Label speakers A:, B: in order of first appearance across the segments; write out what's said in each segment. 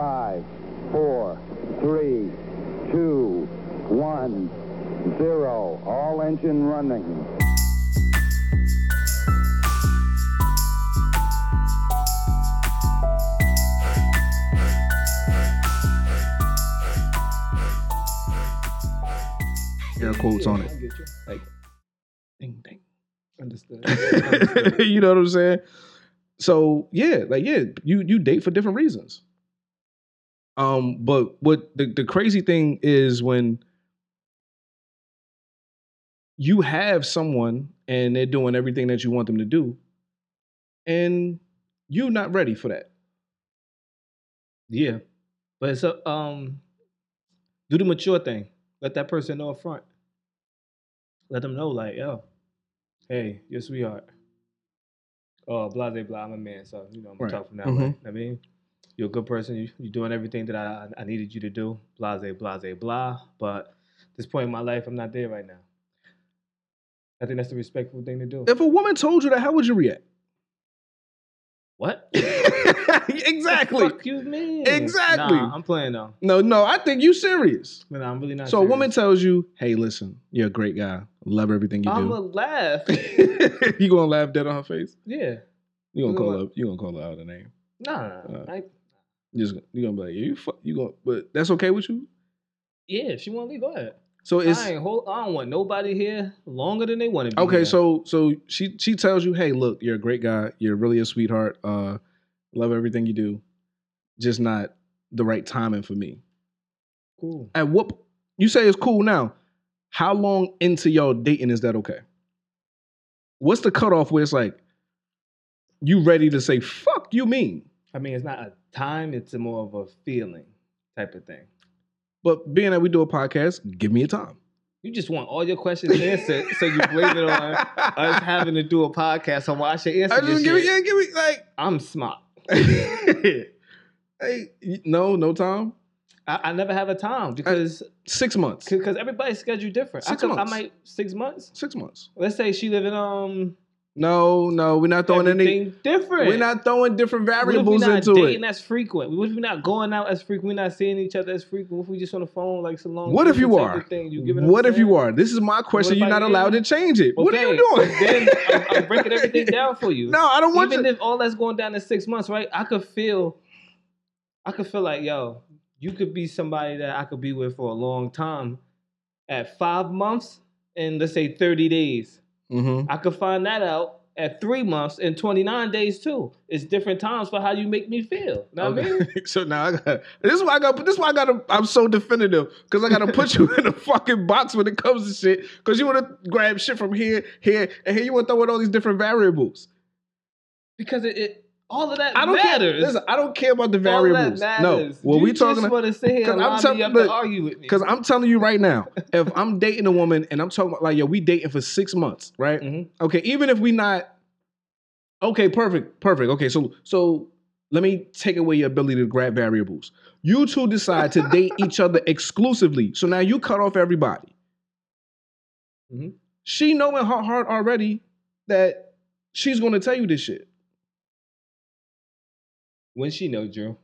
A: five, four, three, two, one, zero. All engine running.
B: air quotes on it.
C: I get you. Like, ding, ding. Understood.
B: you know what I'm saying? So yeah, like yeah, you you date for different reasons. Um, but what the, the crazy thing is when you have someone and they're doing everything that you want them to do, and you're not ready for that.
C: yeah. But so, um, do the mature thing. Let that person know up front. Let them know, like, yo, hey, your sweetheart. Oh, blah, blah, blah. I'm a man, so, you know, I'm
B: Right.
C: tough from that
B: Mhm.
C: way. I mean, you're a good person. You, you're doing everything that I, I needed you to do. Blah, blah, blah, blah, blah. But at this point in my life, I'm not there right now. I think that's the respectful thing to do.
B: If a woman told you that, how would you react?
C: What?
B: exactly.
C: Fuck you, mean?
B: Exactly.
C: Nah, I'm playing though.
B: No, no, I think you serious.
C: Nah, I'm really not.
B: so a woman
C: serious.
B: tells you, "Hey, listen, you're a great guy. Love everything you
C: I'm
B: do."
C: gonna laugh.
B: you gonna laugh dead on her face?
C: yeah.
B: You gonna
C: You know
B: call
C: what?
B: up? You gonna call her out her name?
C: Nah. nah,
B: Uh,
C: I,
B: You Just you gonna be like, you fu- you gonna? But that's okay with you.
C: yeah. If she want to leave, go ahead.
B: So it's
C: I ain't hold. I don't want nobody here longer than they want to be.
B: okay.
C: here.
B: So so she she tells you, hey, look, you're a great guy. You're really a sweetheart. Uh, love everything you do. Just not the right timing for me.
C: cool.
B: At what you say it's cool now? How long into y'all dating is that okay? What's the cutoff where it's like you ready to say fuck you mean?
C: I mean, it's not a time. It's a more of a feeling type of thing.
B: But being that we do a podcast, give me a time.
C: You just want all your questions answered, so you blame it on us having to do a podcast on why I should answer
B: I just
C: this
B: give me,
C: shit.
B: yeah, give me like,
C: I'm smart.
B: hey, y- no, no time.
C: I, I never have a time because
B: Six months.
C: because everybody's scheduled different. I,
B: Six
C: could, I
B: months.
C: might six months.
B: Six months.
C: Let's say she live in um
B: No, no, we're not throwing any.
C: everything different.
B: We're not throwing different
C: What if we
B: variables
C: not
B: into
C: dating
B: it.
C: as frequent? What if we not going out as frequent? We not seeing each other as frequent? What if we just on the phone like so long?
B: What if you
C: distance type
B: are?
C: of Thing? You giving
B: What if you are? This is my question.
C: if
B: You're
C: I
B: not
C: am?
B: allowed to change it. What are you doing?
C: then I'm, I'm breaking everything down for you.
B: No, I don't want
C: even
B: you.
C: if all that's going down in six months, right? I could feel, I could feel like yo, you could be somebody that I could be with for a long time. At five months and let's say thirty days,
B: Mhm.
C: I could find that out at three months and 29 days too. It's different times for how you make me feel. Know what I mean?
B: Okay. so now I got this is why I got this is why I got to I'm so definitive because I got to put you in a fucking box when it comes to shit because you want to grab shit from here, here, and here. You want to throw in all these different variables.
C: Because it, it all of that
B: I don't
C: matters.
B: care. Listen, I don't care about the
C: all of
B: variables.
C: that
B: No,
C: matters.
B: what
C: you
B: we talking
C: just
B: about?
C: want to sit here
B: 'cause
C: and
B: I'm
C: line
B: tell-
C: me up
B: look,
C: to argue with me.
B: Because I'm telling you right now, if I'm dating a woman and I'm talking about like yo, we dating for six months, right?
C: Mhm.
B: Okay, even if we not okay, perfect, perfect. Okay, so so let me take away your ability to grab variables. You two decide to date each other exclusively. So now you cut off everybody.
C: Mhm.
B: She know in her heart already that she's gonna tell you this shit.
C: When she know, Drew.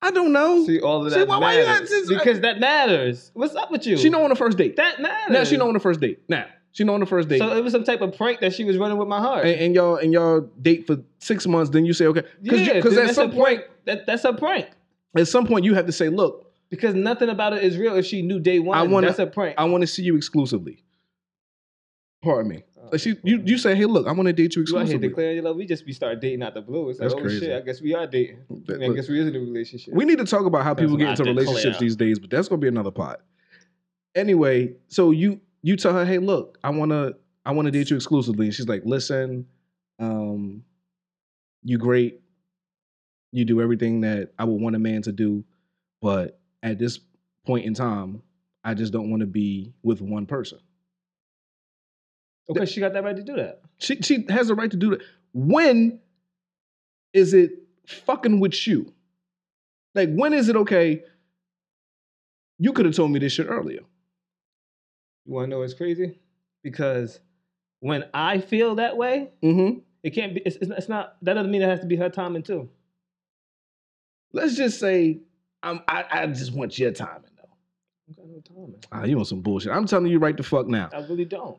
B: I don't know.
C: See, all of
B: See,
C: that
B: why- why you
C: matters.
B: got this-
C: because that matters. What's up with you?
B: she know on the first date.
C: That matters.
B: Now she know on the first date. Now she know on the first date.
C: So uh, it was some type of prank that she was running with my heart.
B: and, and y'all and y'all date for six months, then you say okay, because
C: yeah,
B: because
C: then
B: at
C: that's
B: some
C: a
B: point,
C: prank. That, that's a prank.
B: at some point you have to say, look,
C: Because nothing about it is real. If she knew day one,
B: I wanna-
C: that's a prank.
B: I want to see you exclusively. Pardon me.
C: Oh,
B: Like she, you, you say, hey, look, I want to date you
C: You out here
B: exclusively.
C: declaring your love. We just be start dating out the blue. It's like,
B: That's
C: oh
B: crazy.
C: shit, I guess we are dating.
B: That-
C: I
B: look,
C: guess we is in a relationship.
B: we need to talk about how people get
C: That's not
B: into
C: declare.
B: relationships these days, but that's gonna be another pot. Anyway, so you you tell her, hey, look, I wanna I wanna date you exclusively, and she's like, listen, um, you great, you do everything that I would want a man to do, but at this point in time, I just don't want to be with one person.
C: okay, she got that right to do that.
B: She she has the right to do that. When is it fucking with you? Like when is it okay? You could have told me this shit earlier.
C: You want to know what's crazy? Because when I feel that way,
B: Mm-hmm.
C: it can't be. It's, it's not. That doesn't mean it has to be her timing too.
B: Let's just say I'm, I, I just want your timing though.
C: I don't got no time. man.
B: Ah, you want some bullshit? I'm telling you right the fuck now.
C: I really don't.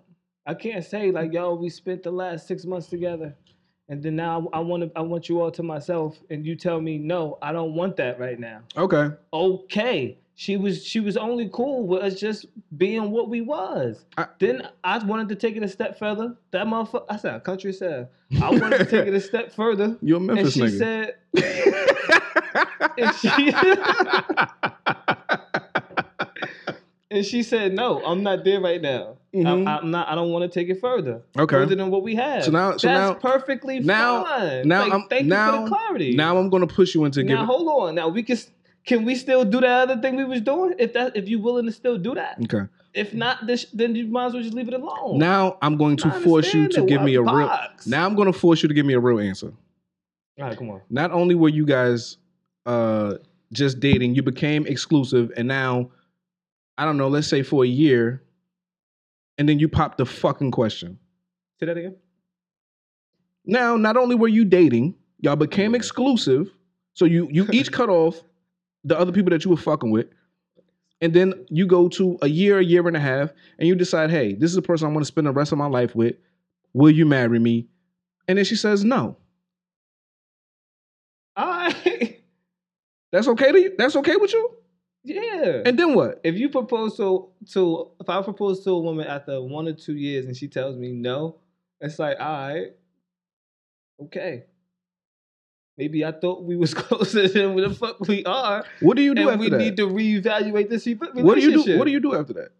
C: I can't say like, yo, we spent the last six months together, and then now I want to, I want you all to myself, and you tell me no, I don't want that right now.
B: Okay.
C: Okay, she was, she was only cool with us just being what we was.
B: I-
C: then I wanted to take it a step further. That motherfucker, I said, country said, I wanted to take it a step further,
B: You're a
C: and
B: Memphis
C: she
B: nigga.
C: said, and she, and she said, no, I'm not there right now.
B: Mhm.
C: I, I'm not. I don't want to take it further.
B: Okay.
C: Further than what we have.
B: So now- so now-
C: that's perfectly
B: now-
C: fine.
B: now
C: Like,
B: I'm-
C: thank you for
B: now-
C: the clarity.
B: now I'm gonna push you into
C: now
B: giving.
C: hold on. Now we can. s- Can we still do that other thing we was doing? If that, if you willing to still do that.
B: Okay.
C: If not, this, then you might as well just leave it alone.
B: Now I'm going to
C: I
B: force you to
C: understand
B: give
C: that.
B: me a real.
C: Box.
B: Now I'm gonna force you to give me a real answer.
C: All right, come on.
B: Not only were you guys uh just dating, you became exclusive, and now I don't know. Let's say for a year, and then you pop the fucking question.
C: Say that again.
B: Now, not only were you dating, y'all became exclusive. So you you each cut off the other people that you were fucking with. And then you go to a year, a year and a half, and you decide, hey, this is the person I want to spend the rest of my life with. Will you marry me? And then she says no.
C: All right.
B: That's okay to you? That's okay with you?
C: yeah.
B: And then what?
C: if you propose to to if I propose to a woman after one or two years and she tells me no, it's like all right, okay. Maybe I thought we was closer than what the fuck we are,
B: What do you do
C: and
B: after
C: we
B: that?
C: need to reevaluate this re- relationship.
B: what do you do? What do you do after that?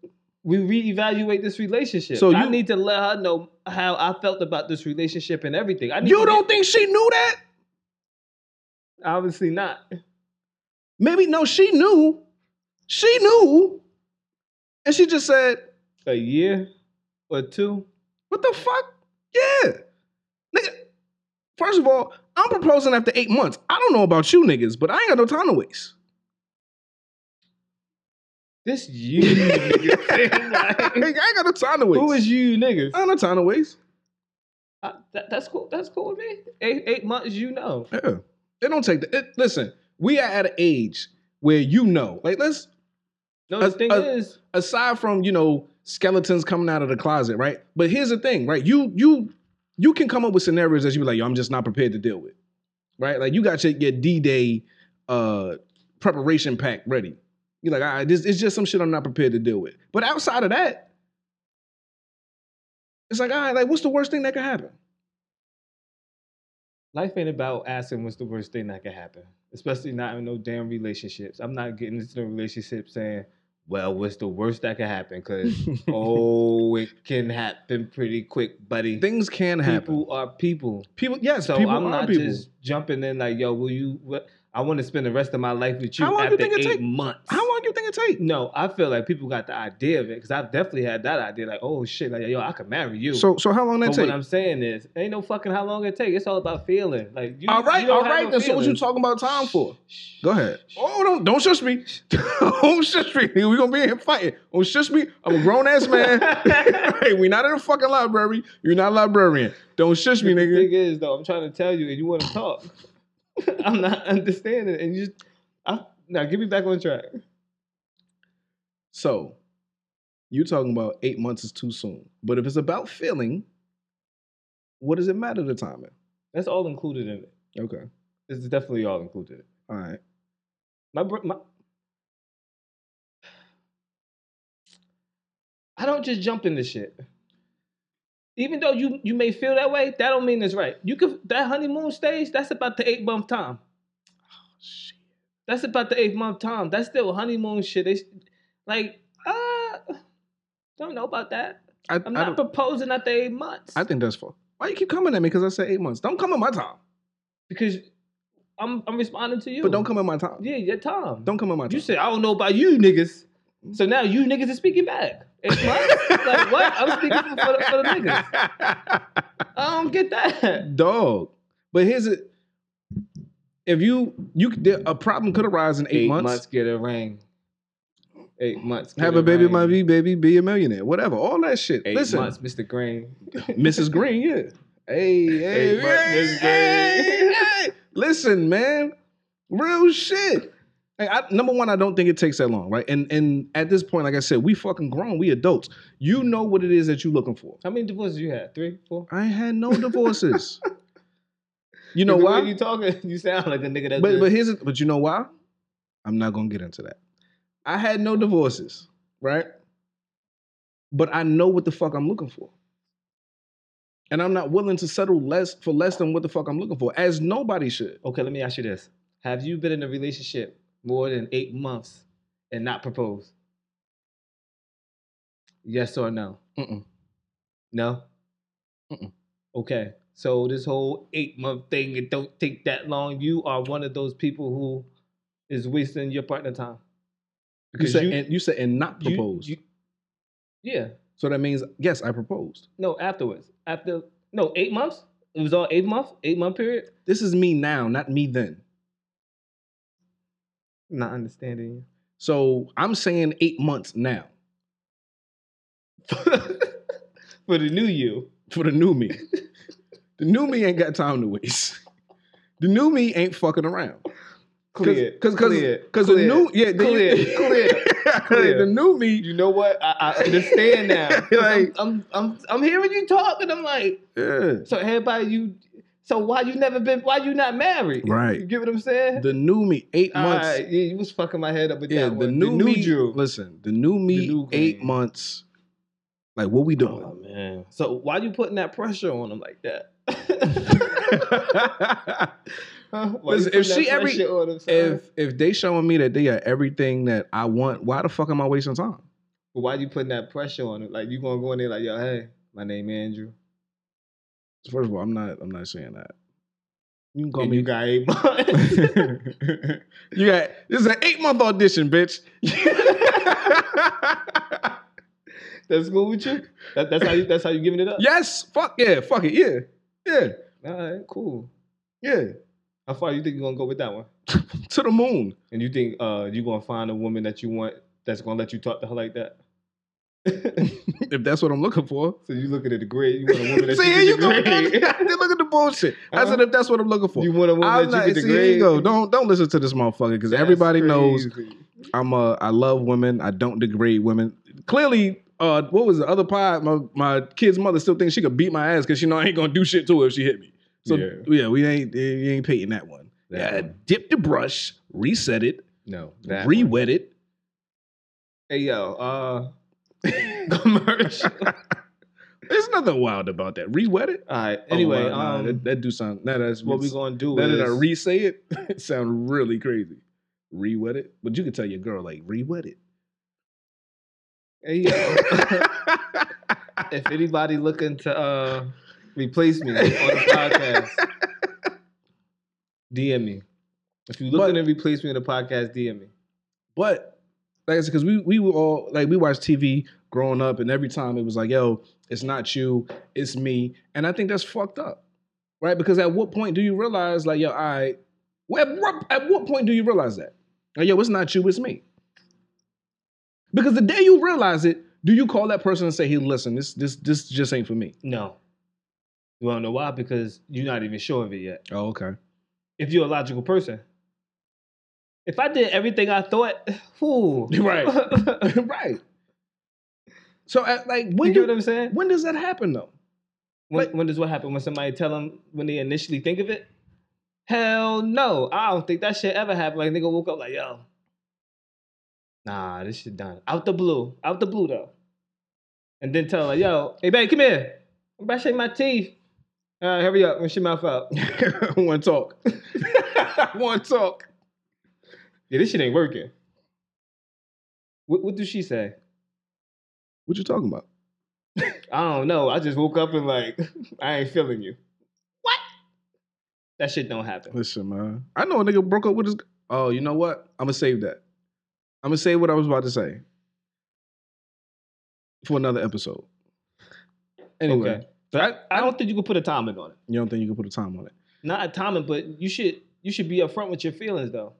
C: We reevaluate this relationship.
B: So
C: So I
B: you-
C: need to let her know how I felt about this relationship and everything. I need
B: You
C: to
B: don't think she knew that?
C: obviously not.
B: Maybe no, she knew. She knew. And she just said,
C: A year or two.
B: What the fuck? Yeah. Nigga, first of all, I'm proposing after eight months. I don't know about you niggas, but I ain't got no time to waste.
C: This you. nigga
B: I
C: thing, like,
B: ain't got no time to waste.
C: who is you niggas?
B: I ain't got no time to waste.
C: I, that, that's cool. That's cool with me. Eight, eight months, you know.
B: Yeah. It don't take the it, listen, we are at an age where you know. Like let's
C: No,
B: Uh,
C: the thing
B: uh,
C: is,
B: aside from, you know, skeletons coming out of the closet, right? But here's the thing, right? You you you can come up with scenarios that you be like, yo, I'm just not prepared to deal with. Right? Like you got your, your D-Day uh preparation pack ready. You're like, all right, this it's just some shit I'm not prepared to deal with. But outside of that, it's like, all right, like what's the worst thing that could happen?
C: life ain't about asking what's the worst thing that could happen, especially not in no damn relationships. I'm not getting into a relationship saying, well, what's the worst that could happen? Because, oh, it can happen pretty quick, buddy.
B: Things can happen.
C: People are people.
B: People, yes,
C: So
B: people
C: I'm
B: are
C: not
B: people.
C: just jumping in like, yo, will you, what, I want to spend the rest of my life with you
B: How long you
C: after
B: think it
C: eight
B: take-
C: months.
B: How long you think it take?
C: no, I feel like people got the idea of it because I've definitely had that idea. Like, oh shit, like yo, I could marry you.
B: So so how long that
C: But
B: take?
C: what I'm saying is, ain't no fucking how long it take. It's all about feeling. Like you,
B: All right,
C: you don't
B: all
C: have
B: right.
C: no
B: then so what you
C: feelings.
B: talking about time for? Go ahead. Oh, don't don't shush me. don't shush me. We gonna be in here fighting. Don't shush me. I'm a grown ass man. hey, we not in a fucking library. You're not a librarian. Don't shush me,
C: The
B: nigga.
C: thing is, though, I'm trying to tell you, and you want to talk. I'm not understanding, and you. I, now get me back on track.
B: So, you talking about eight months is too soon. But if it's about feeling, what does it matter the timing?
C: That's all included in it.
B: Okay.
C: It's definitely all included. in it.
B: All right.
C: My, br- my. I don't just jump into shit. Even though you you may feel that way, that don't mean it's right. You could that honeymoon stage. That's about the eight month time. That's about the eighth month time. That's still honeymoon shit. They, like, uh, don't know about that.
B: I, I,
C: I'm
B: don't,
C: not proposing at the eight months
B: I think that's full. Why you keep coming at me? Because I said eight months. Don't come at my time.
C: because I'm I'm responding to you.
B: But don't come at my time.
C: Yeah, your time.
B: Don't come at my time.
C: You said I don't know about you niggas. So now you niggas is speaking back. Eight months? like what? I'm speaking for, for, the, for the niggas. I don't get that.
B: Dog. But here's it. If you you there, a problem could arise in eight, months.
C: get a ring. Eight months.
B: Have a baby, my be baby, be a millionaire, whatever, all that shit. Listen,
C: Mr. Green.
B: Mrs. Green, yeah. Hey, hey,
C: Eight months,
B: hey,
C: Mrs. Green.
B: hey, hey. Listen, man. Real shit. Like, I, number one, I don't think it takes that long, right? And and at this point, like I said, we fucking grown, we adults. You know what it is that you're looking for.
C: How many divorces you had? Three, four.
B: I ain't had no divorces. you know
C: The way
B: why?
C: You talking? You sound like a nigga that.
B: but but here's the- but you know why? I'm not gonna get into that. I had no divorces, right? But I know what the fuck I'm looking for. And I'm not willing to settle less for less than what the fuck I'm looking for, as nobody should.
C: okay, let me ask you this: Have you been in a relationship more than eight months and not proposed? Yes or no?
B: Mm-mm.
C: No.
B: Mm-mm.
C: Okay. So this whole eight month thing, it don't take that long. You are one of those people who is wasting your partner time.
B: You
C: Because
B: said,
C: you-
B: and, you said and not
C: You-
B: proposed.
C: you- yeah.
B: so that means yes, I proposed.
C: No, afterwards. After no, eight months? It was all eight month, eight month period?
B: This is me now, not me then.
C: Not understanding you.
B: So I'm saying eight months now
C: For the new you.
B: for the new me. the new me ain't got time to waste. The new me ain't fucking around.
C: Clear.
B: Cause, cause,
C: Clear.
B: Cause the
C: Clear.
B: new, yeah, the,
C: Clear. Clear. Clear.
B: the new me.
C: You know what? I, I understand now. 'Cause I'm,
B: Like-
C: I'm I'm I'm hearing you talk and I'm like,
B: Yeah.
C: so everybody you so why you never been why you not married?
B: Right.
C: You get what I'm saying?
B: The new me, eight
C: All
B: months.
C: right, yeah, you was fucking my head up with
B: Yeah,
C: that
B: the
C: one.
B: new, me.
C: Drew.
B: Listen, the new me,
C: new
B: eight
C: queen.
B: months. Like, what we doing?
C: Oh man. So why you putting that pressure on him like that? Huh? Why you
B: Listen, if
C: putting that
B: she every-
C: pressure on him, son?
B: if if they showing me that they are everything that I want, why the fuck am I wasting time?
C: But why you putting that pressure on it? Like you gonna go in there like, yo, hey, my name Andrew.
B: First of all, I'm not. I'm not saying that. You can call
C: And
B: me.
C: you got eight months.
B: you got this is an eight month audition, bitch.
C: that's cool with you. That, that's how you. That's how you giving it up.
B: yes. Fuck yeah. Fuck it. Yeah. Yeah.
C: All right, cool.
B: Yeah.
C: How far you think you gonna go with that one?
B: To the moon.
C: And you think uh you gonna find a woman that you want that's gonna let you talk to her like that?
B: if that's what I'm looking for.
C: So you looking at the grade. You want a woman that
B: See, here
C: you
B: you
C: get
B: go.
C: the grade.
B: Look at the bullshit. I said
C: Huh?
B: if that's what I'm looking for.
C: You want a woman
B: I'm
C: that
B: not,
C: you
B: see,
C: get the
B: here
C: grade.
B: you go. Don't don't listen to this motherfucker because
C: That's
B: everybody knows
C: crazy.
B: I'm a I love women. I don't degrade women. Clearly, uh, what was the other pod? My my kid's mother still thinks she could beat my ass because she know I ain't gonna do shit to her if she hit me. So yeah,
C: Yeah.
B: we ain't you ain't painting that one.
C: That
B: yeah,
C: one.
B: dip the brush, reset it,
C: No. that
B: re
C: one.
B: wet it.
C: Hey yo, uh commercial.
B: There's nothing wild about that. Re wet it.
C: All right. Anyway,
B: Oh, wow, nah,
C: um,
B: that, that do sound. Nah, that's
C: what we gonna do
B: Now
C: is
B: that I re say it, it sound really crazy. Re wet it, but you can tell your girl like re wet it.
C: Hey, yo, if anybody looking to uh, replace me on the podcast, DM me. If you looking
B: But-
C: to replace me on the podcast, DM me.
B: But like I said, because we we were all like we watched TV growing up, and every time it was like, yo, it's not you, it's me, and I think that's fucked up, right? Because at what point do you realize like, yo, I, at what, at what point do you realize that? Like, yo, it's not you, it's me. Because the day you realize it, do you call that person and say, hey, listen, this this this just ain't for me?
C: No. You wanna know why? Because you're not even sure of it yet.
B: Oh, okay.
C: If you're a logical person. If I did everything I thought, whoo.
B: Right.
C: you
B: right. So, at, like, when do,
C: get what I'm saying?
B: when does that happen though?
C: When,
B: Like-
C: when does what happen? When somebody tell them when they initially think of it? Hell no. I don't think that shit ever happened. Like nigga woke up like, yo. Nah, this shit done. Out the blue. Out the blue though. And then tell her, yo, hey babe, come here. I'm about to shake my teeth. All right, hurry up. Rinse your mouth out. yeah,
B: I want to talk. I want to talk.
C: this shit ain't working. What, what does she say?
B: What you talking about?
C: I don't know. I just woke up and like, I ain't feeling you. What? That shit don't happen.
B: Listen, man. I know a nigga broke up with his. g- Oh, you know what? I'm gonna save that. I'm gonna save what I was about to say for another episode. Anyway,
C: Okay. But I, I don't think you can put a timing on it.
B: you don't think you can put a time on it?
C: not a timing, but you should you should be upfront with your feelings though.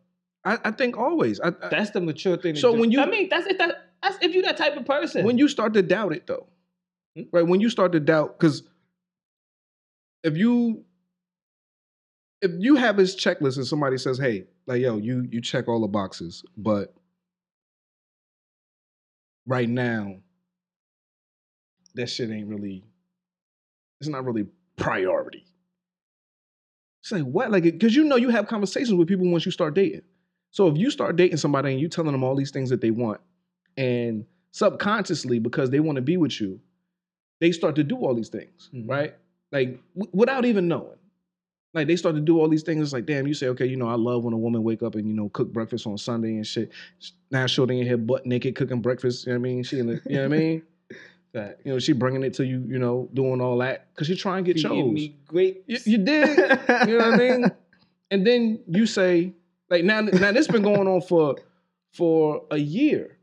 B: I, I think always. I, I-
C: That's the mature thing. To
B: So
C: do.
B: when you-
C: I mean, that's if that, that's if you that type of person.
B: when you start to doubt it though
C: Hmm?
B: right when you start to doubt because if you if you have his checklist and somebody says, "Hey, like yo, you you check all the boxes, but right now that shit ain't really it's not really priority." It's like what? Like because you know you have conversations with people once you start dating. So if you start dating somebody and you telling them all these things that they want, and subconsciously because they want to be with you, they start to do all these things,
C: Mhm.
B: right? Like w- without even knowing. Like they start to do all these things. It's like, damn, you say, okay, you know, I love when a woman wake up and you know cook breakfast on Sunday and shit. Now shorty in here butt naked cooking breakfast. You know what I mean? She, in the, you know what I mean?
C: Fact.
B: You know, she bringing it to you. You know, doing all that because she trying to get
C: Feeding
B: chose.
C: me great.
B: You, you did. You know what I mean? And then you say, like now, now this been going on for for a year.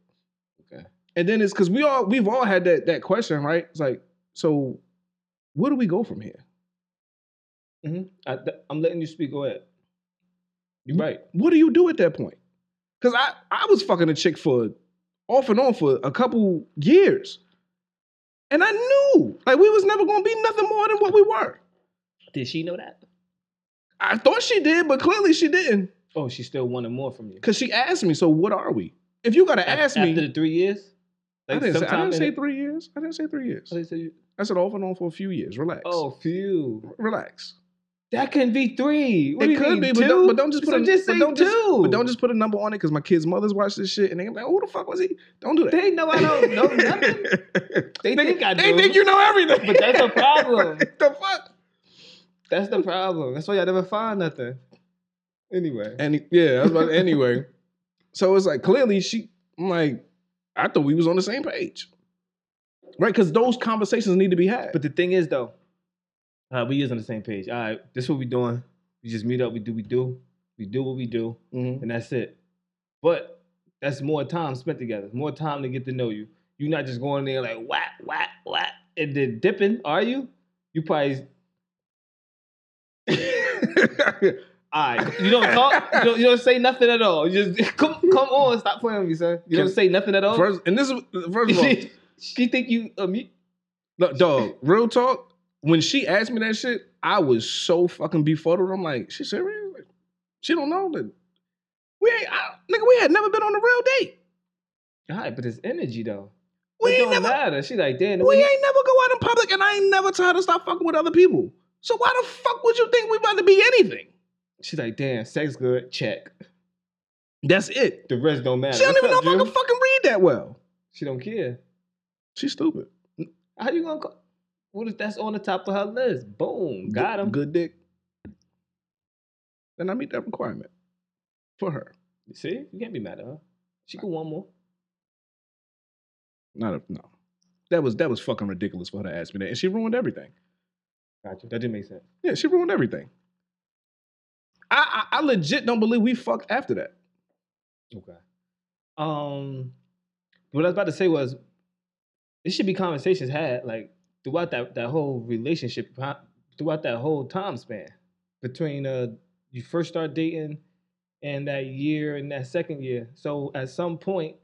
C: Okay.
B: And then it's because we all we've all had that that question, right? It's like, so where do we go from here?
C: Mhm. I, am letting you speak. Go ahead. You're right.
B: What do you do at that point? Because I I was fucking a chick for off and on for a couple years, and I knew like we was never gonna be nothing more than what we were.
C: Did she know that?
B: I thought she did, but clearly she didn't.
C: Oh, she still wanted more from you.
B: Because she asked me, so what are we? If you gotta ask me,
C: after the three years.
B: I didn't, say, I
C: sometime
B: didn't
C: in
B: say
C: the-
B: three years. I didn't say three years.
C: Oh, they say you-
B: I said off and on for a few years. Relax.
C: Oh, phew.
B: relax.
C: That can be three. What
B: it
C: do you
B: could
C: mean,
B: be,
C: two?
B: but don't, but don't just put
C: so
B: a,
C: just
B: but
C: say
B: don't
C: two.
B: just- but don't just put a number on it because my kids' mothers watch this shit and they be like, "Who the fuck was he?" Don't do that.
C: They know I don't know nothing. They
B: Nigga,
C: think I
B: they
C: do.
B: think you know everything.
C: But that's a problem.
B: the fuck.
C: That's the problem. That's why y'all never find nothing. Anyway.
B: And yeah, I was about anyway. So it's like clearly she. I'm like, I thought we was on the same page, right? Because those conversations need to be had.
C: But the thing is, though, uh, we is on the same page. All right, this what we doing. We just meet up. We do. We do. We do what we do,
B: Mhm.
C: and that's it. But that's more time spent together. More time to get to know you. You're not just going there like whack, whack, whack, and then dipping. Are you? You probably.
B: Mm-hmm.
C: All right, you don't talk. You don't, you don't say nothing at all. You just come, come on, stop playing with me, son. You don't
B: Can-
C: say nothing at all.
B: first, and this is first of all,
C: she think you a mute.
B: Look, dog, real talk. When she asked me that shit, I was so fucking befuddled. I'm like, she serious? Like, she don't know that we ain't, I, nigga. We had never been on a real date.
C: All right, but it's energy though.
B: We
C: it
B: ain't
C: don't
B: never,
C: matter. She like, damn, the
B: we
C: way he-
B: ain't never go out in public, and I ain't never tell her to stop fucking with other people. So why the fuck would you think we about to be anything?
C: She's like, damn, sex good, check.
B: That's it.
C: The rest don't matter.
B: She don't
C: What's
B: even know
C: up,
B: if I
C: Drew?
B: can fucking read that well.
C: She don't care.
B: She's stupid.
C: How you gonna call? What if that's on the top of her list? Boom, got him.
B: Good- Good dick. Then I meet that requirement for her.
C: See, you can't be mad at her. She can want more.
B: Not a, no. That was that was fucking ridiculous for her to ask me that, and she ruined everything.
C: Gotcha. That didn't make sense.
B: Yeah, she ruined everything. I I, I legit don't believe we fucked after that.
C: Okay. Um, what I was about to say was, this should be conversations had like throughout that that whole relationship, huh, throughout that whole time span between uh you first start dating and that year and that second year. So at some point,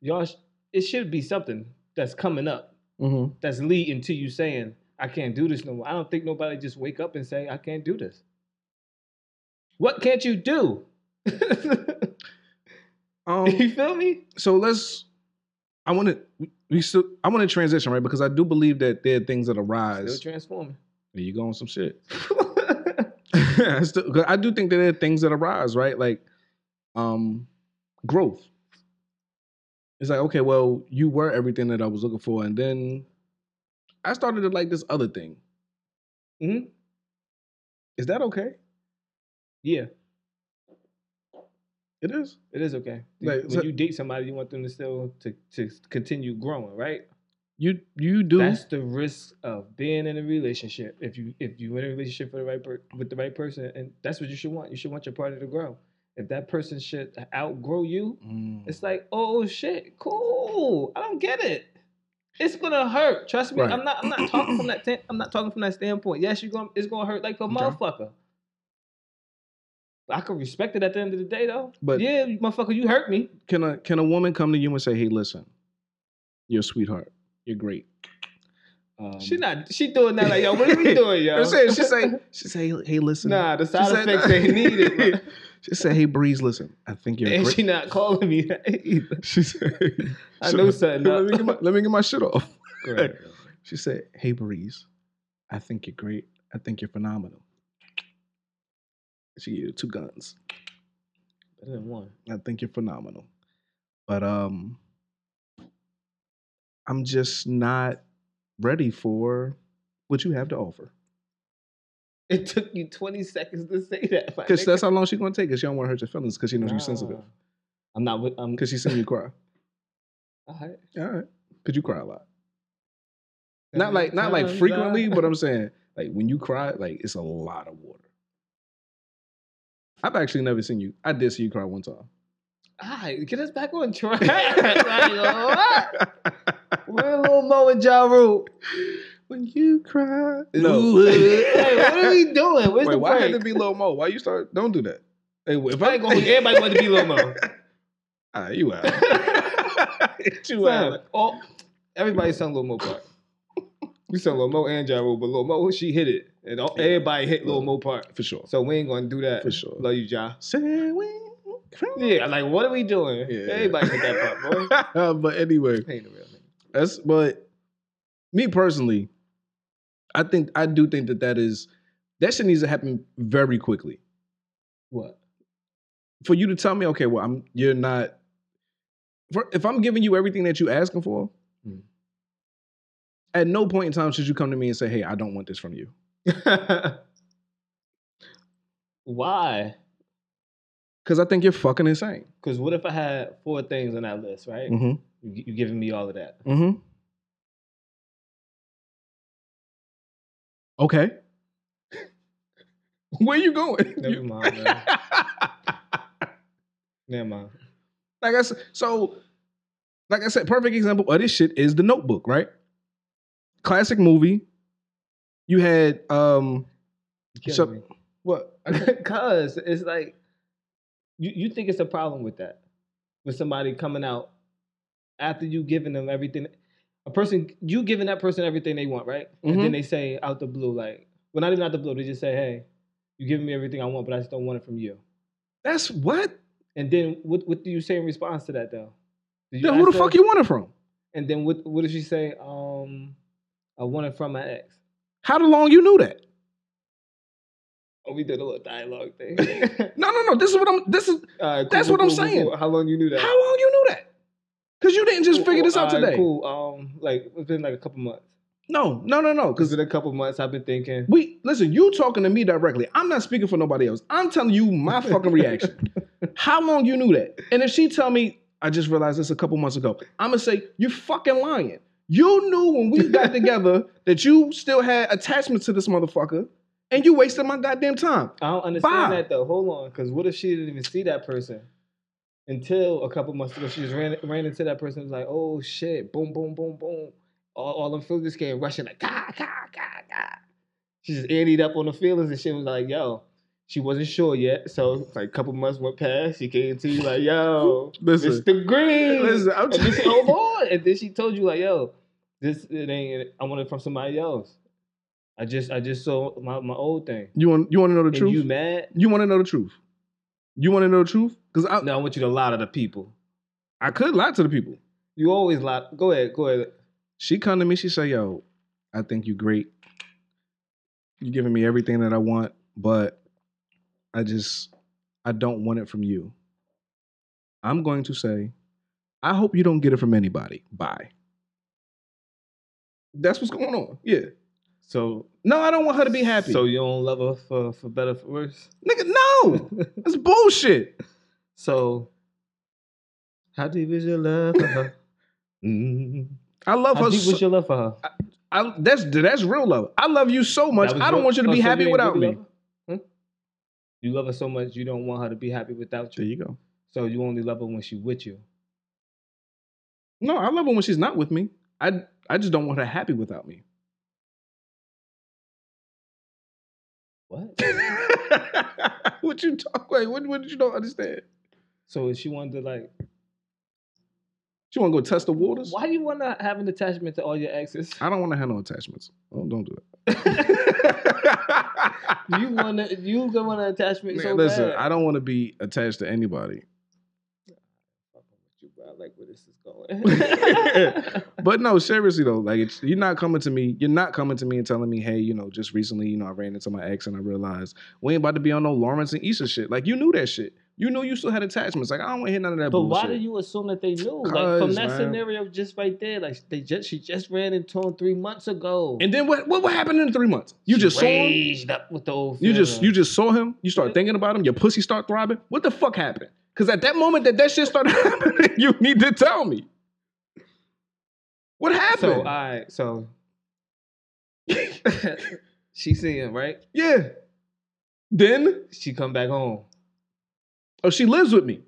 C: y'all, sh- it should be something that's coming up
B: Mm-hmm.
C: that's leading to you saying, "I can't do this no more." I don't think nobody just wake up and say, "I can't do this." What can't you do? you
B: Um,
C: feel me?
B: so let's. I want to. We still. I want to transition right because I do believe that there are things that arise.
C: Still transforming.
B: There you go on some shit. I, still, 'cause I do think that there are things that arise, right? Like, um, growth. It's like, okay, well, you were everything that I was looking for, and then I started to like this other thing.
C: hmm
B: Is that okay?
C: Yeah,
B: It is.
C: it is okay.
B: Like,
C: when
B: so-
C: you date somebody, you want them to still to, to continue growing, right?
B: You you do.
C: That's the risk of being in a relationship. If you if you in a relationship for the right per- with the right person, and that's what you should want. You should want your partner to grow. If that person should outgrow you,
B: Mm.
C: it's like, oh shit, cool. I don't get it. It's gonna hurt. Trust me.
B: Right.
C: I'm not. I'm not talking from that. Ten, I'm not talking from that standpoint. Yes, you're gonna. It's gonna hurt like a
B: Okay.
C: motherfucker. I can respect it at the end of the day, though.
B: But-
C: yeah, you motherfucker, you hurt me.
B: can a can a woman come to you and say, "Hey, listen, you're a sweetheart. You're great. Um,
C: She not. She doing that like yo. What are we doing, yo?
B: I'm saying, she say, she say, hey, listen.
C: nah, the
B: She
C: side
B: said-
C: effects ain't needed. bro.
B: She said, hey, Breeze, listen. I think you're. a
C: And
B: great.
C: she not calling me that either.
B: She said,
C: I
B: "So-
C: know something
B: Let me,
C: up.
B: get my, let me get my shit off.
C: Go ahead, go ahead.
B: She said, hey, Breeze, I think you're great. I think you're phenomenal. She gave you two guns.
C: Better than one.
B: I think you're phenomenal. But um I'm just not ready for what you have to offer.
C: It took you 20 seconds to say that. my
B: Because
C: nigga.
B: that's how long she's gonna take it. She don't want to hurt your feelings because she knows you're sensitive.
C: Nah. I'm not. with- I'm.
B: Because she's seen you cry.
C: all right.
B: All right. Because you cry a lot. Not like not like
C: Sometimes I-
B: frequently, but I'm saying like when you cry, like it's a lot of water. I've actually never seen you. I did see you cry one time.
C: All right, Ah, get us back on track. like, what? We're a little Mo and Ja Rule.
B: when you cry,
C: Ooh, hey, what are we doing? Where's
B: Wait,
C: the
B: why
C: break?
B: had to be Lil Mo? Why you start? Don't do that. Hey, if
C: I ain't gonna- everybody wanted to be Lil Mo.
B: Ah, you out. you
C: Fam,
B: out.
C: all, Oh, everybody sung Lil Mo part. We sung Lil Mo and Ja Rule, but Lil Mo, she hit it. And all,
B: Yeah.
C: everybody hit Lil Mo part.
B: For sure.
C: So we ain't gonna do that.
B: For sure.
C: Love you, Ja.
B: Say we cry.
C: Yeah, like what are we doing?
B: Yeah.
C: Everybody hit that part, boy.
B: but anyway,
C: Ain't the real thing.
B: that's but me personally, I think I do think that that is that shit needs to happen very quickly
C: What?
B: for you to tell me, okay, well, I'm you're not. For, if I'm giving you everything that you asking for,
C: Hmm.
B: at no point in time should you come to me and say, "Hey, I don't want this from you."
C: Why?
B: Because I think you're fucking insane.
C: Because what if I had four things on that list, right?
B: Mm-hmm.
C: You, you giving me all of that.
B: Mm-hmm. Okay. Where you going?
C: Never
B: You-
C: mind, man. Never mind.
B: like I said, so like I said, perfect example of this shit is the Notebook, right? Classic movie. You had um
C: Kill
B: So-
C: me.
B: what?
C: Cause it's like you, you think it's a problem with that. With somebody coming out after you giving them everything a person you giving that person everything they want, right? And
B: Mhm.
C: then they say out the blue, like well not even out the blue, they just say, Hey, you giving me everything I want, but I just don't want it from you.
B: That's what?
C: And then what what do you say in response to that though? Do
B: Then who the
C: ask
B: fuck
C: her-
B: you want it from?
C: And then what what did she say? Um I want it from my ex.
B: How the long you knew that?
C: Oh, we did a little dialogue thing.
B: No, no, no. This is what I'm this is
C: All right, cool,
B: That's
C: cool,
B: what I'm
C: cool, cool,
B: saying.
C: cool. How long you knew that?
B: how long you knew that? Cause you didn't just
C: Cool,
B: figure
C: cool.
B: this out
C: All right,
B: today.
C: Cool. Um, like it's been like a couple months.
B: No, no, no, no.
C: Cause
B: Cause
C: in a couple months, I've been thinking.
B: we listen, you talking to me directly. I'm not speaking for nobody else. I'm telling you my fucking reaction. How long you knew that? And if she tell me, I just realized this a couple months ago, I'ma say, you're fucking lying. You knew when we got together that you still had attachments to this motherfucker, and you wasted my goddamn time.
C: I don't understand
B: Bob.
C: that though. Hold on, cause what if she didn't even see that person until a couple months ago? She just ran ran into that person. and Was like, oh shit, boom, boom, boom, boom. All, all them feelings came rushing like, ka, ka, ka, ka. She just anteed up on the feelings and shit. Was like, yo, she wasn't sure yet. So like, a couple months went past. She came to you like, yo,
B: Listen.
C: Mr. Green.
B: Listen, I'm
C: And then
B: just-
C: she- oh boy. And then she told you like, yo, this it ain't. I want it from somebody else. I just I just saw my, my old thing.
B: You want you want to know the
C: and
B: truth?
C: you
B: You,
C: mad?
B: want to know the truth? You want to know the truth? Because I,
C: No, I want you to lie to the people.
B: I could lie to the people.
C: You always lie. Go ahead, go ahead.
B: She come to me. She say, "Yo, I think you great. You giving me everything that I want, but I just I don't want it from you. I'm going to say, I hope you don't get it from anybody. Bye." That's what's going on. Yeah.
C: So
B: No, I don't want her to be happy.
C: So
B: So,
C: you don't love her for for better for worse.
B: nigga, no, that's bullshit.
C: so how deep is your love for her? Mm.
B: I love
C: How
B: her.
C: deep
B: so-
C: was your love for her?
B: I, that's that's real love. I love you so much.
C: That was
B: I don't
C: real-
B: want you to
C: Oh,
B: be
C: so
B: happy
C: ain't
B: without
C: really
B: me.
C: love her? Hmm? You love her so much, you don't want her to be happy without you.
B: you go.
C: So you only love her when she with you.
B: No, I love her when she's not with me. I I just don't want her happy without me.
C: What?
B: what you talk? Wait, what, what did you don't understand?
C: so if she wanted to like
B: She want to go test the waters?
C: Why do you want to have an attachment to all your exes?
B: I don't want to have no attachments. Oh, don't do it.
C: you want to you gonna want an attachment
B: Man,
C: so
B: listen,
C: bad.
B: I don't want to be attached to anybody.
C: fucking with you, bro. I like where this is going.
B: But no, seriously though, like it's, you're not coming to me. You're not coming to me and telling me, hey, you know, just recently, you know, I ran into my ex and I realized we ain't about to be on no Lawrence and Issa shit. Like you knew that shit. You knew you still had attachments. Like I don't want to hear none of that.
C: but
B: bullshit.
C: why do you assume that they knew? Like from
B: Cause,
C: that
B: man.
C: scenario, just right there, like they just she just ran into him three months ago.
B: And then what? What, what happened in three months? You
C: She
B: just saw him.
C: raged up with the old.
B: You just
C: fella.
B: you just saw him. You start thinking about him. Your pussy start throbbing. What the fuck happened? Because at that moment that that shit started happening, you need to tell me. What
C: So all
B: happened?
C: right, so she see him right.
B: yeah. Then
C: She come back home.
B: oh, she lives with me.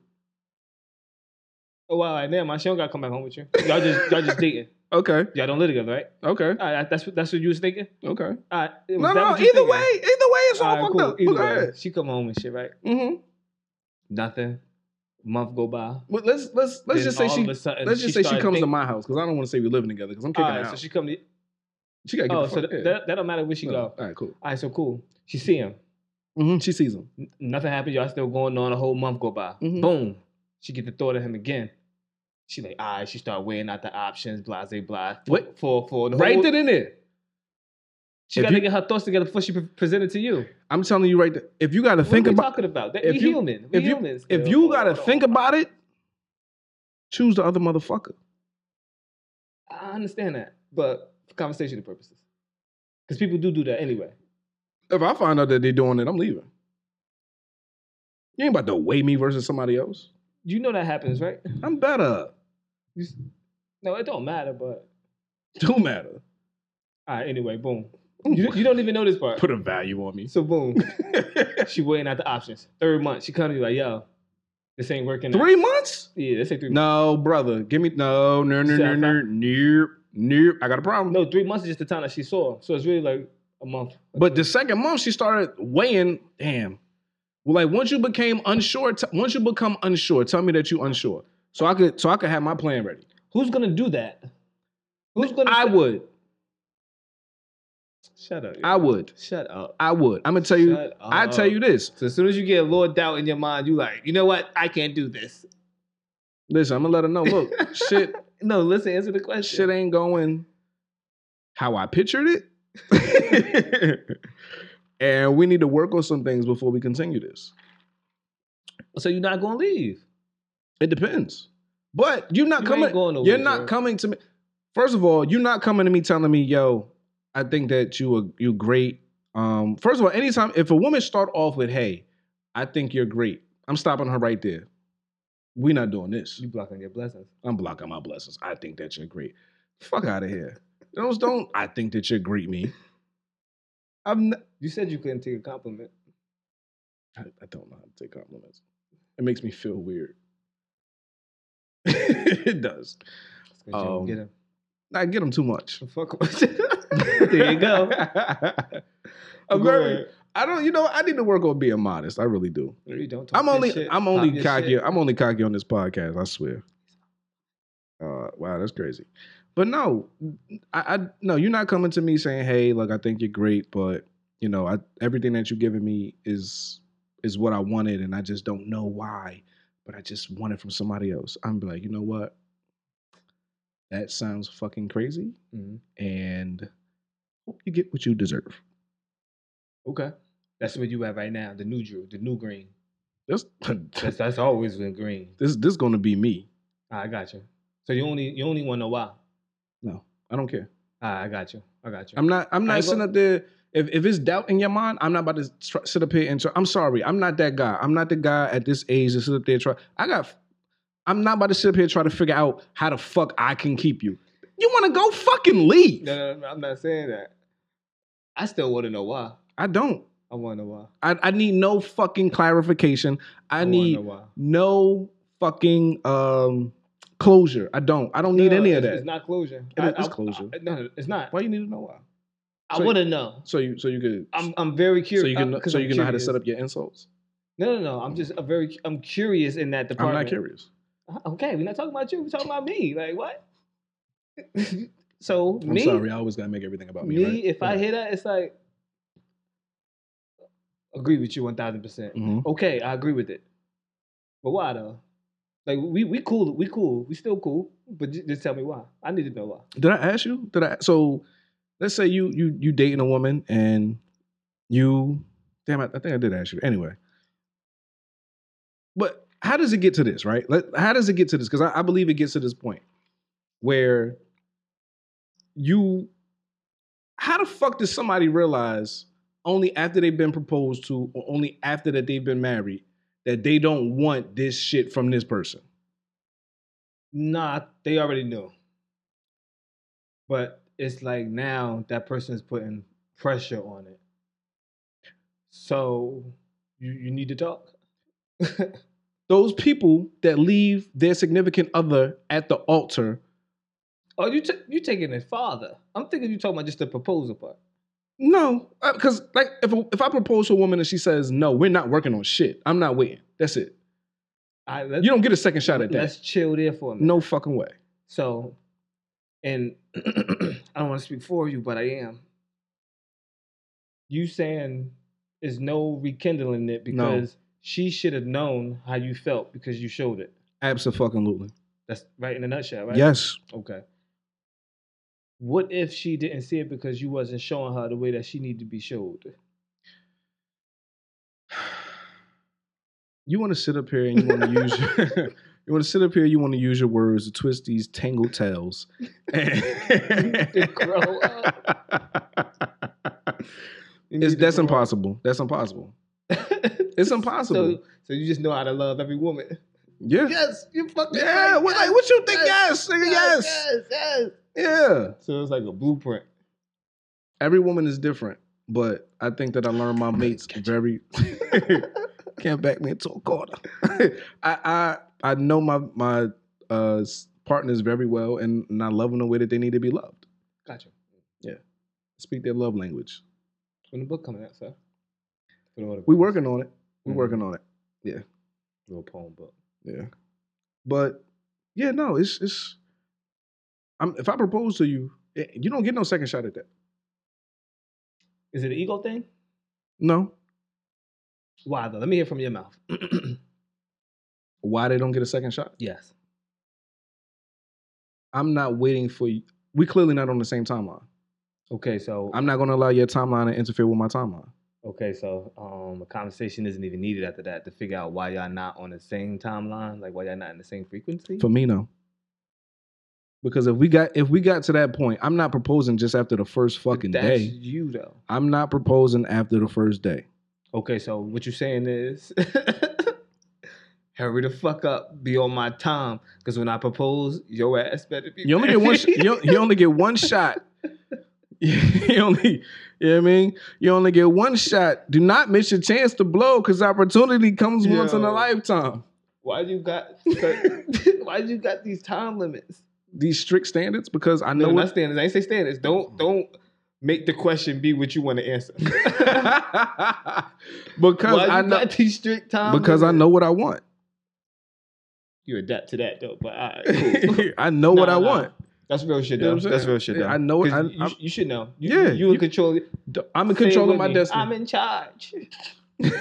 C: Oh wow, right, damn! She don't gotta come back home with you. Y'all just y'all just dating.
B: Okay.
C: Y'all don't live together, right?
B: Okay.
C: All right, Ah, that's what that's what you was thinking.
B: Okay.
C: All right, it was
B: No,
C: that
B: no.
C: what
B: Either
C: you thinking?
B: way, either way, it's all,
C: All right,
B: fucked
C: cool.
B: up.
C: Either
B: But go
C: way,
B: ahead.
C: she come home and shit, right?
B: Mm-hmm.
C: Nothing. Month go by.
B: But let's let's let's
C: Then
B: just say
C: all
B: she
C: of a sudden,
B: let's just say she
C: started
B: comes to
C: think-
B: my house because I don't want to say we living together because I'm kicking
C: All
B: her
C: right,
B: out.
C: so she come to.
B: she gotta get
C: Oh,
B: the
C: so
B: fuck
C: th-
B: yeah.
C: that, that don't matter where she
B: No.
C: go. Mm-hmm.
B: All right, cool.
C: All right, so cool. She see him.
B: hmm She sees him.
C: N- nothing happened. Y'all still going on. A whole month go by.
B: Mhm.
C: Boom. She get the thought of him again. She like, all right. She start weighing out the options. Blase, blah.
B: What?
C: for for the
B: Right
C: whole,
B: then and there.
C: She
B: if
C: gotta
B: you-
C: get her thoughts together before she pre- present it to you.
B: I'm telling you right there. If you gotta
C: What
B: think
C: think are we
B: about
C: talking about? That,
B: if
C: we
B: you-
C: human. We
B: if you-
C: humans.
B: if
C: Bill.
B: you gotta
C: Hold on.
B: think about it, choose the other motherfucker.
C: I understand that, but for conversation purposes, because people do do that anyway.
B: If I find out that they're doing it, I'm leaving. You ain't about to weigh me versus somebody else.
C: You know that happens, right?
B: I'm better.
C: You s- No, it don't matter, but
B: Don't matter.
C: all right, anyway, boom. You, you don't even know this part.
B: Put a value on me.
C: So boom. she weighing out the options. Third month, she comes to you like, yo, this ain't working. out.
B: Three months?
C: Yeah, this ain't three
B: No, brother. Give me no, no, no, no, no, nope, nope. I got a problem.
C: months. No, three months is just the time that she saw. him. So it's really like a month.
B: But the second month, she started weighing. Damn. Well, like once you became unsure, t- once you become unsure, tell me that you unsure, so I could, so I could have my plan ready.
C: Who's gonna do that? Who's gonna
B: I would,
C: shut up? yo.
B: I would,
C: shut up.
B: I would. I'm gonna tell you.
C: Shut
B: I tell
C: up.
B: you this.
C: So as soon as you get a little doubt in your mind, you like, you know what? I can't do this.
B: Listen, I'm gonna let her know. Look, shit,
C: No, listen, answer the question.
B: shit ain't going how I pictured it, and we need to work on some things before we continue this.
C: so you're not gonna leave.
B: It depends. But you're not
C: You
B: coming.
C: ain't going nowhere,
B: you're not
C: bro.
B: coming to me. First of all, you're not coming to me telling me, "Yo, I think that you are you great." Um, first of all, anytime if a woman start off with, "Hey, I think you're great," I'm stopping her right there. We're not doing this.
C: You blocking your blessings.
B: I'm blocking my blessings. I think that you're great. Fuck out of here. Those don't. I think that you're great. Me. I'm. Not,
C: You said you couldn't take a compliment.
B: I, I don't know how to take compliments. It makes me feel weird. it does.
C: That's 'cause you don't
B: Um,
C: get him.
B: I get them too much.
C: Fuck him. there you go.
B: I'm
C: Go
B: very.
C: ahead.
B: I don't. You know. I need to work on being modest. I really do.
C: No, you don't talk
B: I'm
C: that
B: only.
C: shit.
B: I'm
C: Pop
B: only
C: your
B: cocky.
C: shit.
B: I'm only cocky on this podcast. I swear. Uh, wow, that's crazy. But no, I, I no. You're not coming to me saying, "Hey, look, I think you're great," but you know, I everything that you're giving me is is what I wanted, and I just don't know why. But I just want it from somebody else. I'm be like, you know what? That sounds fucking crazy,
C: Mhm.
B: and hope you get what you deserve.
C: Okay. That's where you at right now. The new Drew, the new green.
B: That's
C: That's that's always been green.
B: this this gonna be me.
C: I got you. So you only you only want to know why.
B: No, I don't care.
C: Ah, I got you. I got you.
B: I'm not. I'm
C: I
B: not
C: ain't
B: sitting
C: gonna-
B: up there. If if it's doubt in your mind, I'm not about to tr- sit up here and try. I'm sorry. I'm not that guy. I'm not the guy at this age to sit up there and try. I got. I'm not about to sit up here and try to figure out how the fuck I can keep you. You want to go fucking leave?
C: no, no, no, I'm not saying that. I still want to know why.
B: I don't.
C: I want to know why.
B: I, I need no fucking clarification. I,
C: wanna
B: need
C: know why.
B: no fucking um closure. I don't. I don't need
C: No,
B: any of
C: it's-
B: that.
C: It's not closure.
B: It
C: I-
B: is- it's
C: I-
B: closure.
C: I- no, it's not.
B: Why you need to know why?
C: I
B: So-
C: want to know.
B: So you so you could
C: I'm uh, I'm very curious.
B: so you can so you can know how to set
C: up.
B: up your insults.
C: No, no, no. I'm just a very. I'm curious in that
B: I'm
C: department.
B: not curious.
C: Okay, we're not talking about you. We're talking about me. Like what? so
B: I'm
C: me,
B: sorry, I always gotta make everything about me.
C: me.
B: right?
C: If I
B: Yeah.
C: hear that, it's like agree with you one thousand percent.
B: Mhm.
C: Okay, I agree with it. But why though? Like we we cool, we cool, we still cool. But ju- just tell me why. I need to know why.
B: Did I ask you? Did I? So let's say you you you dating a woman and you damn, I, I think I did ask you anyway. But how does it get to this? Right? Let, how does it get to this? Because I, I believe it gets to this point where you. How the fuck does somebody realize only after they've been proposed to or only after that they've been married that they don't want this shit from this person?
C: Nah, they already knew. But it's like now that person is putting pressure on it. So you, you need to talk.
B: those people that leave their significant other at the altar.
C: Oh, you t- you taking it farther? I'm thinking you talking about just the proposal part.
B: No, because like if if I propose to a woman and she says no, we're not working on shit. I'm not waiting. That's it.
C: I let's,
B: You don't get a second shot at that.
C: let's chill there for a minute.
B: No fucking way.
C: So, and I don't want to speak for you, but I am. You saying is no rekindling it
B: No.
C: because she should have known how you felt because you showed it.
B: Absolutely.
C: That's right in a nutshell, right?
B: Yes.
C: Okay. What if she didn't see it because you wasn't showing her the way that she needed to be showed?
B: You want to sit up here and you want to use your, you want to sit up here. You want to use your words to twist these tangled tails.
C: to grow up. You
B: It's,
C: need to
B: that's
C: grow up.
B: impossible. That's impossible. It's impossible.
C: So, so you just know how to love every woman.
B: Yeah.
C: Yes, you fucking
B: Yeah.
C: right.
B: What, like,
C: Yes,
B: what you think? Yes.
C: yes,
B: nigga,
C: yes,
B: yes.
C: yes, yes.
B: Yeah.
C: So it's like a blueprint.
B: every woman is different, but I think that I learned my mates very can't back me into a corner. I, I I know my my uh s- partners very well and, and I love them the way that they need to be loved.
C: Gotcha.
B: Speak their love language.
C: When the book coming out, sir? For the
B: We working on it. We
C: Mhm.
B: working on it.
C: little poem book.
B: Yeah. But yeah, no, it's it's I'm if I propose to you, eh, you don't get no second shot at that.
C: Is it an ego thing?
B: No.
C: Why though? Let me hear from your mouth.
B: Why they don't get a second shot?
C: yes.
B: I'm not waiting for you. We clearly not on the same timeline.
C: Okay, so
B: I'm not gonna allow your timeline to interfere with my timeline.
C: okay, so um, a conversation isn't even needed after that to figure out why y'all not on the same timeline, like why y'all not in the same frequency.
B: For me, no. Because if we got if we got to that point, I'm not proposing just after the first
C: But
B: fucking
C: That's
B: day.
C: you though.
B: I'm not proposing after the first day.
C: Okay, so what you're saying is, hurry the fuck up, be on my time, because when I propose, your ass better be.
B: You only get one. Sh-
C: ready.
B: you, you only get one shot. you only, you know what I mean. You only get one shot. Do not miss your chance to blow, because opportunity comes once in a
C: Yo.
B: lifetime.
C: why you got? why you got these time limits?
B: These strict standards, because I
C: No,
B: know
C: not standards. I ain't say standards. Don't don't make the question be what you want to answer.
B: because
C: why you
B: I know
C: got these strict time?
B: because I
C: limits?
B: know what I want.
C: you adapt to that though. But all right, cool.
B: I know what
C: Nah,
B: I
C: nah.
B: want.
C: that's real
B: You
C: shit
B: know
C: though.
B: what I'm
C: That's
B: saying?
C: real shit
B: Yeah,
C: though.
B: I know it.
C: 'Cause
B: I-
C: You,
B: I'm-
C: you should know. You,
B: Yeah,
C: you, you in
B: you-
C: control.
B: D- I'm in
C: Say it
B: control of
C: with
B: my
C: me. I'm
B: destiny.
C: in charge.
B: I'm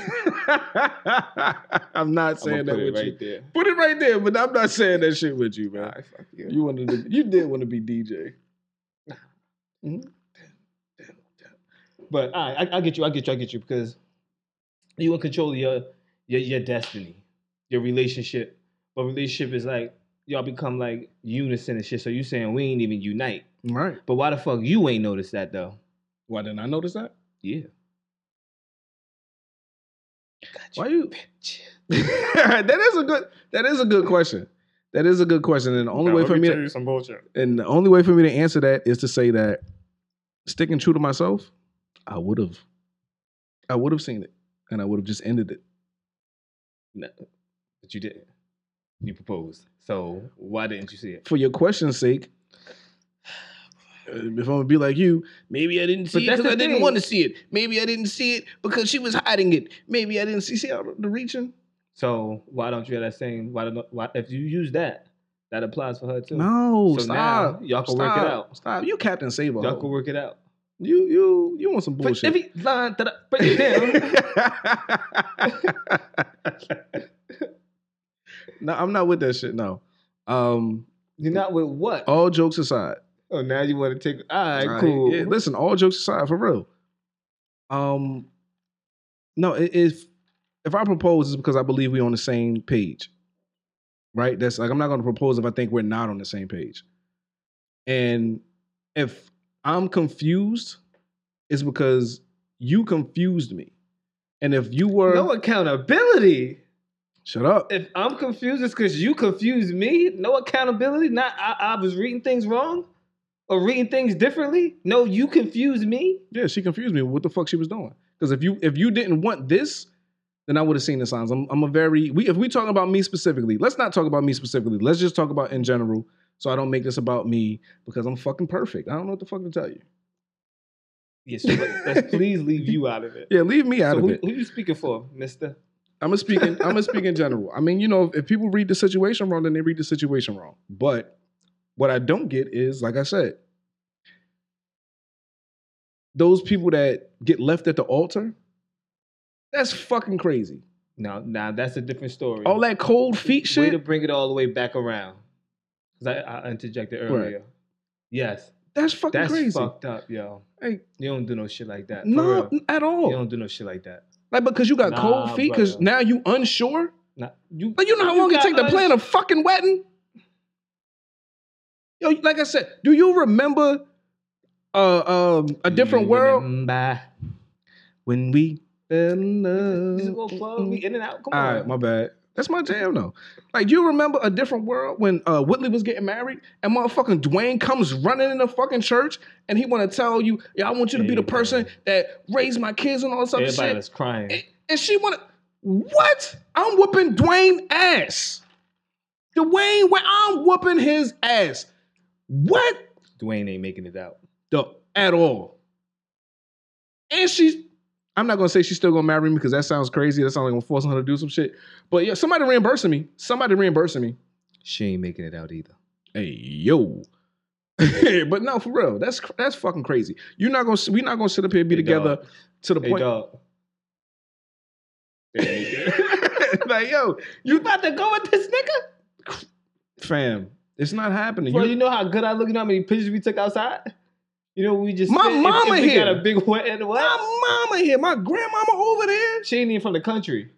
B: not
C: I'm gonna
B: saying that
C: put it
B: with
C: right
B: you.
C: there.
B: Put it right there, but I'm not saying that shit with you, man.
C: right, fuck you.
B: You wanted to, you did want to be DJ.
C: But all right, I, I get you. I get you. I get you because you in control of your your your destiny, your relationship. But relationship is like y'all become like unison and shit. So you saying we ain't even unite.
B: Right.
C: But why the fuck you ain't noticed that though?
B: Why didn't I notice that?
C: Yeah.
B: Why you? that is a good. That is a good question. That is a good question, and the only way for me, to,
C: some bullshit.
B: and the only way for me to answer that is to say that sticking true to myself, I would have, I would have seen it, and I would have just ended it.
C: No, but you didn't. You proposed. So why didn't you see it?
B: for your question's sake, uh, if I'm gonna be like you, maybe I didn't
C: But
B: see it
C: that's
B: because
C: the
B: I didn't
C: thing.
B: want to see it. Maybe I didn't see it because she was hiding it. Maybe I didn't see. See how the reaching?
C: So why don't you have that same? Why don't why, if you use that, that applies for her too.
B: No,
C: so
B: stop.
C: now y'all can
B: stop.
C: work it out.
B: Stop. You Captain Sabo.
C: Y'all can work it out.
B: You you you want some
C: But
B: bullshit.
C: if he lying, da, break it down.
B: no, I'm not with that shit. No. Um,
C: You're not with what?
B: all jokes aside.
C: Oh, now you want to take? All right,
B: Alright,
C: cool.
B: yeah, listen, all jokes aside, for real. Um, no, i- if if I propose, it's because I believe we're on the same page, right? That's like I'm not going to propose if I think we're not on the same page. And if I'm confused, it's because you confused me. And if you were
C: no accountability.
B: shut up,
C: If I'm confused, it's because you confused me. No accountability. Not I, I was reading things wrong or reading things differently. No, you confused me.
B: Yeah, she confused me with what the fuck she was doing. Because if you if you didn't want this, then I would have seen the signs. I'm I'm a very we if we talking about me specifically, let's not talk about me specifically. Let's just talk about in general. So I don't make this about me because I'm fucking perfect. I don't know what the fuck to tell you.
C: Yes, but let's please leave you out of it.
B: Yeah, leave me out
C: so
B: of
C: who,
B: it.
C: who you speaking for, Mister?
B: I'm gonna speak. In, I'm gonna speak in general. I mean, you know, if, if people read the situation wrong, then they read the situation wrong. But what I don't get is, like I said, those people that get left at the altar. That's fucking crazy.
C: No, now that's a different story.
B: All that cold feet
C: Way
B: shit.
C: to bring it all the way back around. Because I, I interjected earlier. Yes,
B: That's fucking
C: that's
B: crazy.
C: fucked up, yo.
B: Hey.
C: you don't do no shit like that. for
B: no,
C: real.
B: n- at
C: you
B: all.
C: don't do no shit like that.
B: Like because you got
C: Nah,
B: cold feet. Because
C: brother.
B: now you unsure.
C: Nah, you,
B: Like you know how long it
C: got
B: take to
C: us-
B: plan a fucking wedding. Yo, like I said, do you remember? Uh, um, a different
C: You
B: world.
C: remember
B: When we fell in love.
C: This is what club we in and out. Come
B: Mm, All
C: on.
B: right, my bad. That's my jam though. Like you remember a different world when uh, Whitley was getting married and motherfucking Dwayne comes running in the fucking church and he want to tell you, "Yeah, I want you to be the
C: Yeah,
B: person
C: man.
B: that raised my kids and all this other
C: Everybody
B: shit."
C: was crying.
B: And, and she want to what? I'm whooping Dwayne ass. Dwayne, where I'm whooping his ass. What
C: Dwayne ain't making it out.
B: the at all? And she's I'm not gonna say she's still gonna marry me because that sounds crazy. That sounds like I'm forcing her to do some shit. But yeah, somebody reimbursing me. Somebody reimbursing me.
C: She ain't making it out either.
B: Hey yo. but no, for real, that's cr- that's fucking crazy. You're not gonna we're not gonna sit up here and be
C: Hey,
B: together
C: dog.
B: to the
C: Hey,
B: point.
C: dog.
B: like yo,
C: You about to go with this nigga?
B: fam, it's not happening.
C: Bro,
B: You-
C: you know how good I look? You know how many pictures we took outside? You know, we just
B: My
C: said if- if
B: mama
C: we
B: here.
C: got a big wedding. What?
B: my mama here, my grandmama over there.
C: She ain't even from the country.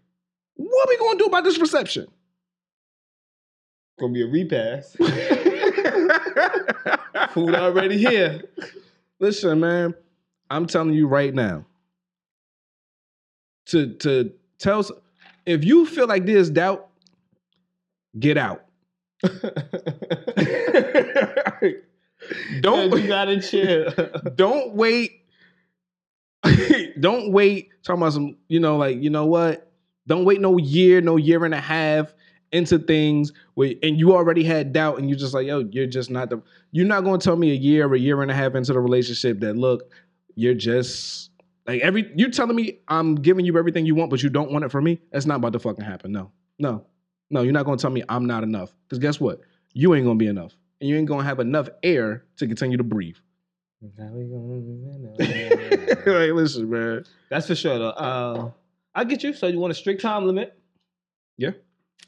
B: What we gonna do about this reception?
C: Gonna be a repass. Food already here.
B: Listen, man, I'm telling you right now. To to tell s- if you feel like there's doubt, get out.
C: Don't you
B: Don't
C: gotta chill.
B: don't wait. don't wait. Talking about some, you know, like you know what? Don't wait no year, no year and a half into things where and you already had doubt and you're just like, yo, you're just not the. You're not gonna tell me a year or a year and a half into the relationship that look, you're just like every. You telling me I'm giving you everything you want, but you don't want it from me. That's not about to fucking happen. No, no, no. You're not gonna tell me I'm not enough. Because guess what? You ain't gonna be enough, and you ain't gonna have enough air to continue to breathe. like, listen, man.
C: That's for sure though. Uh, I get you. So you want a strict time limit.
B: Yeah.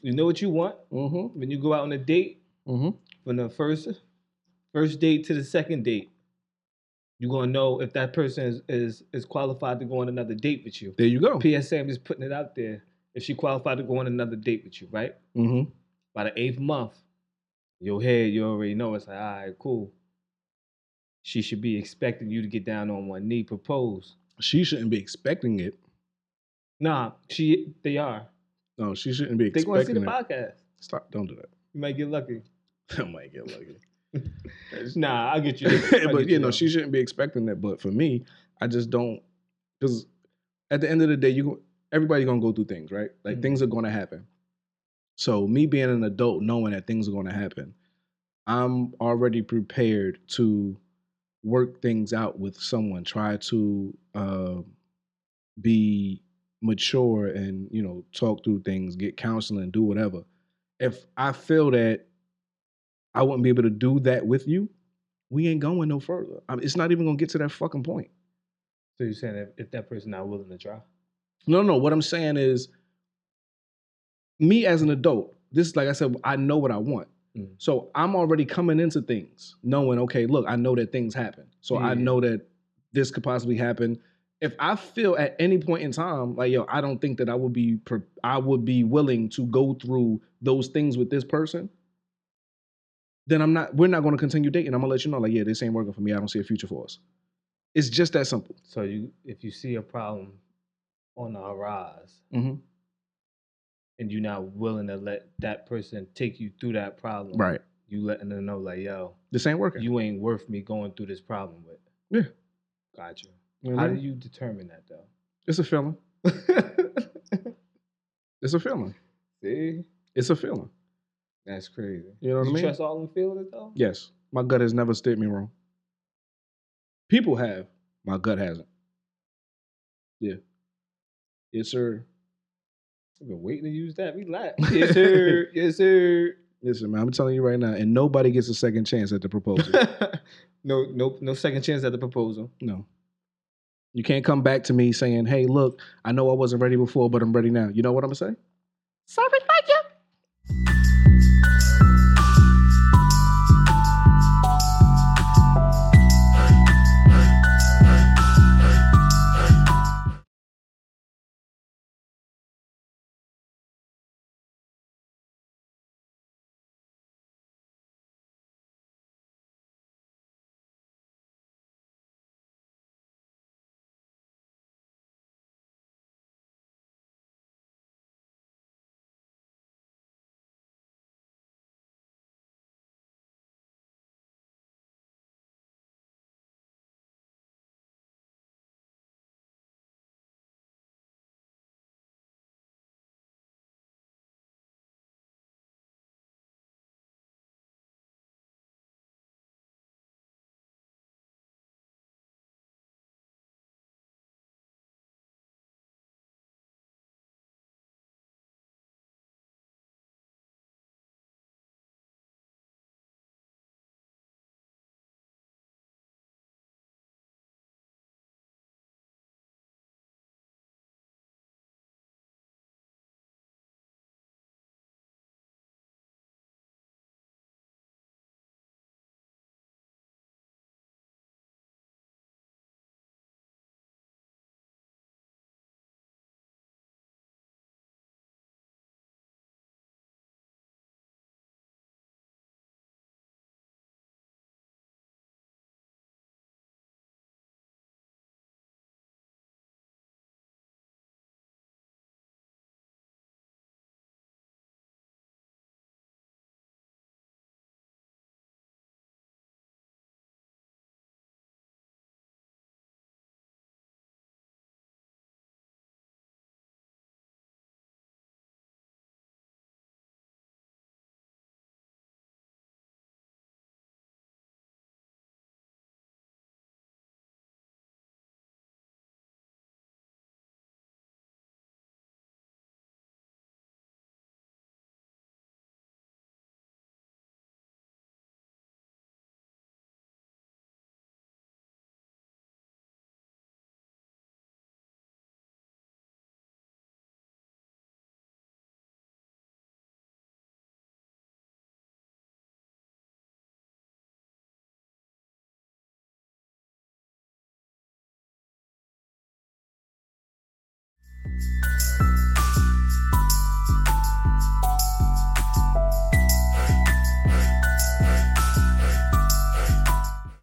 C: You know what you want
B: Mm-hmm.
C: when you go out on a date.
B: Mm-hmm.
C: from the first first date to the second date, you're gonna know if that person is is, is qualified to go on another date with you.
B: There you go.
C: PSA, I'm just putting it out there. If she qualified to go on another date with you, right?
B: Mm-hmm.
C: By the eighth month, your head, you already know it's like, all right, cool. She should be expecting you to get down on one knee, propose.
B: She shouldn't be expecting it.
C: Nah, she they are.
B: No, she shouldn't be
C: They gonna see
B: expecting
C: the
B: it.
C: podcast.
B: Stop. Don't do that.
C: You might get lucky.
B: I might get lucky.
C: Nah, I get you. I get
B: but you know,
C: though.
B: she shouldn't be expecting that. But for me, I just don't because at the end of the day, you go- everybody gonna go through things, right? Like
C: Mhm.
B: things are gonna happen. So me being an adult, knowing that things are gonna happen, I'm already prepared to work things out with someone. Try to uh, be mature and you know talk through things, get counseling, do whatever. If I feel that I wouldn't be able to do that with you, we ain't going no further. I mean, it's not even gonna get to that fucking point.
C: So you're saying if, if that person not willing to try?
B: No, no. What I'm saying is, me as an adult, this is like I said, I know what I want.
C: Mm.
B: So I'm already coming into things knowing, okay, look, I know that things happen. So I
C: Yeah.
B: know that this could possibly happen. If I feel at any point in time like, yo, I don't think that I would be, pre- I would be willing to go through those things with this person. Then I'm not. We're not going to continue dating. I'm gonna let you know, like, yeah, this ain't working for me. I don't see a future for us. It's just that simple.
C: So you if you see a problem on the rise
B: Mm-hmm.
C: and you're not willing to let that person take you through that problem,
B: Right.
C: You letting them know like, yo,
B: This ain't working.
C: you ain't worth me going through this problem with.
B: Yeah.
C: Gotcha.
B: You know what I
C: How
B: mean?
C: do you determine that though?
B: It's a feeling. it's a feeling.
C: See,
B: It's a feeling.
C: that's crazy.
B: You know what I
C: you
B: mean?
C: trust all them feelings though.
B: Yes. My gut has never steered me wrong. People have. My gut hasn't. Yeah. Yes, sir.
C: I've been waiting to use that. Relax. yes sir. Yes sir.
B: Listen, man, I'm telling you right now, and nobody gets a second chance at the proposal.
C: no, no, no second chance at the proposal.
B: no. You can't come back to me saying, hey, look, I know I wasn't ready before, but I'm ready now. You know what I'm going to say?
D: Sorry, fuck you.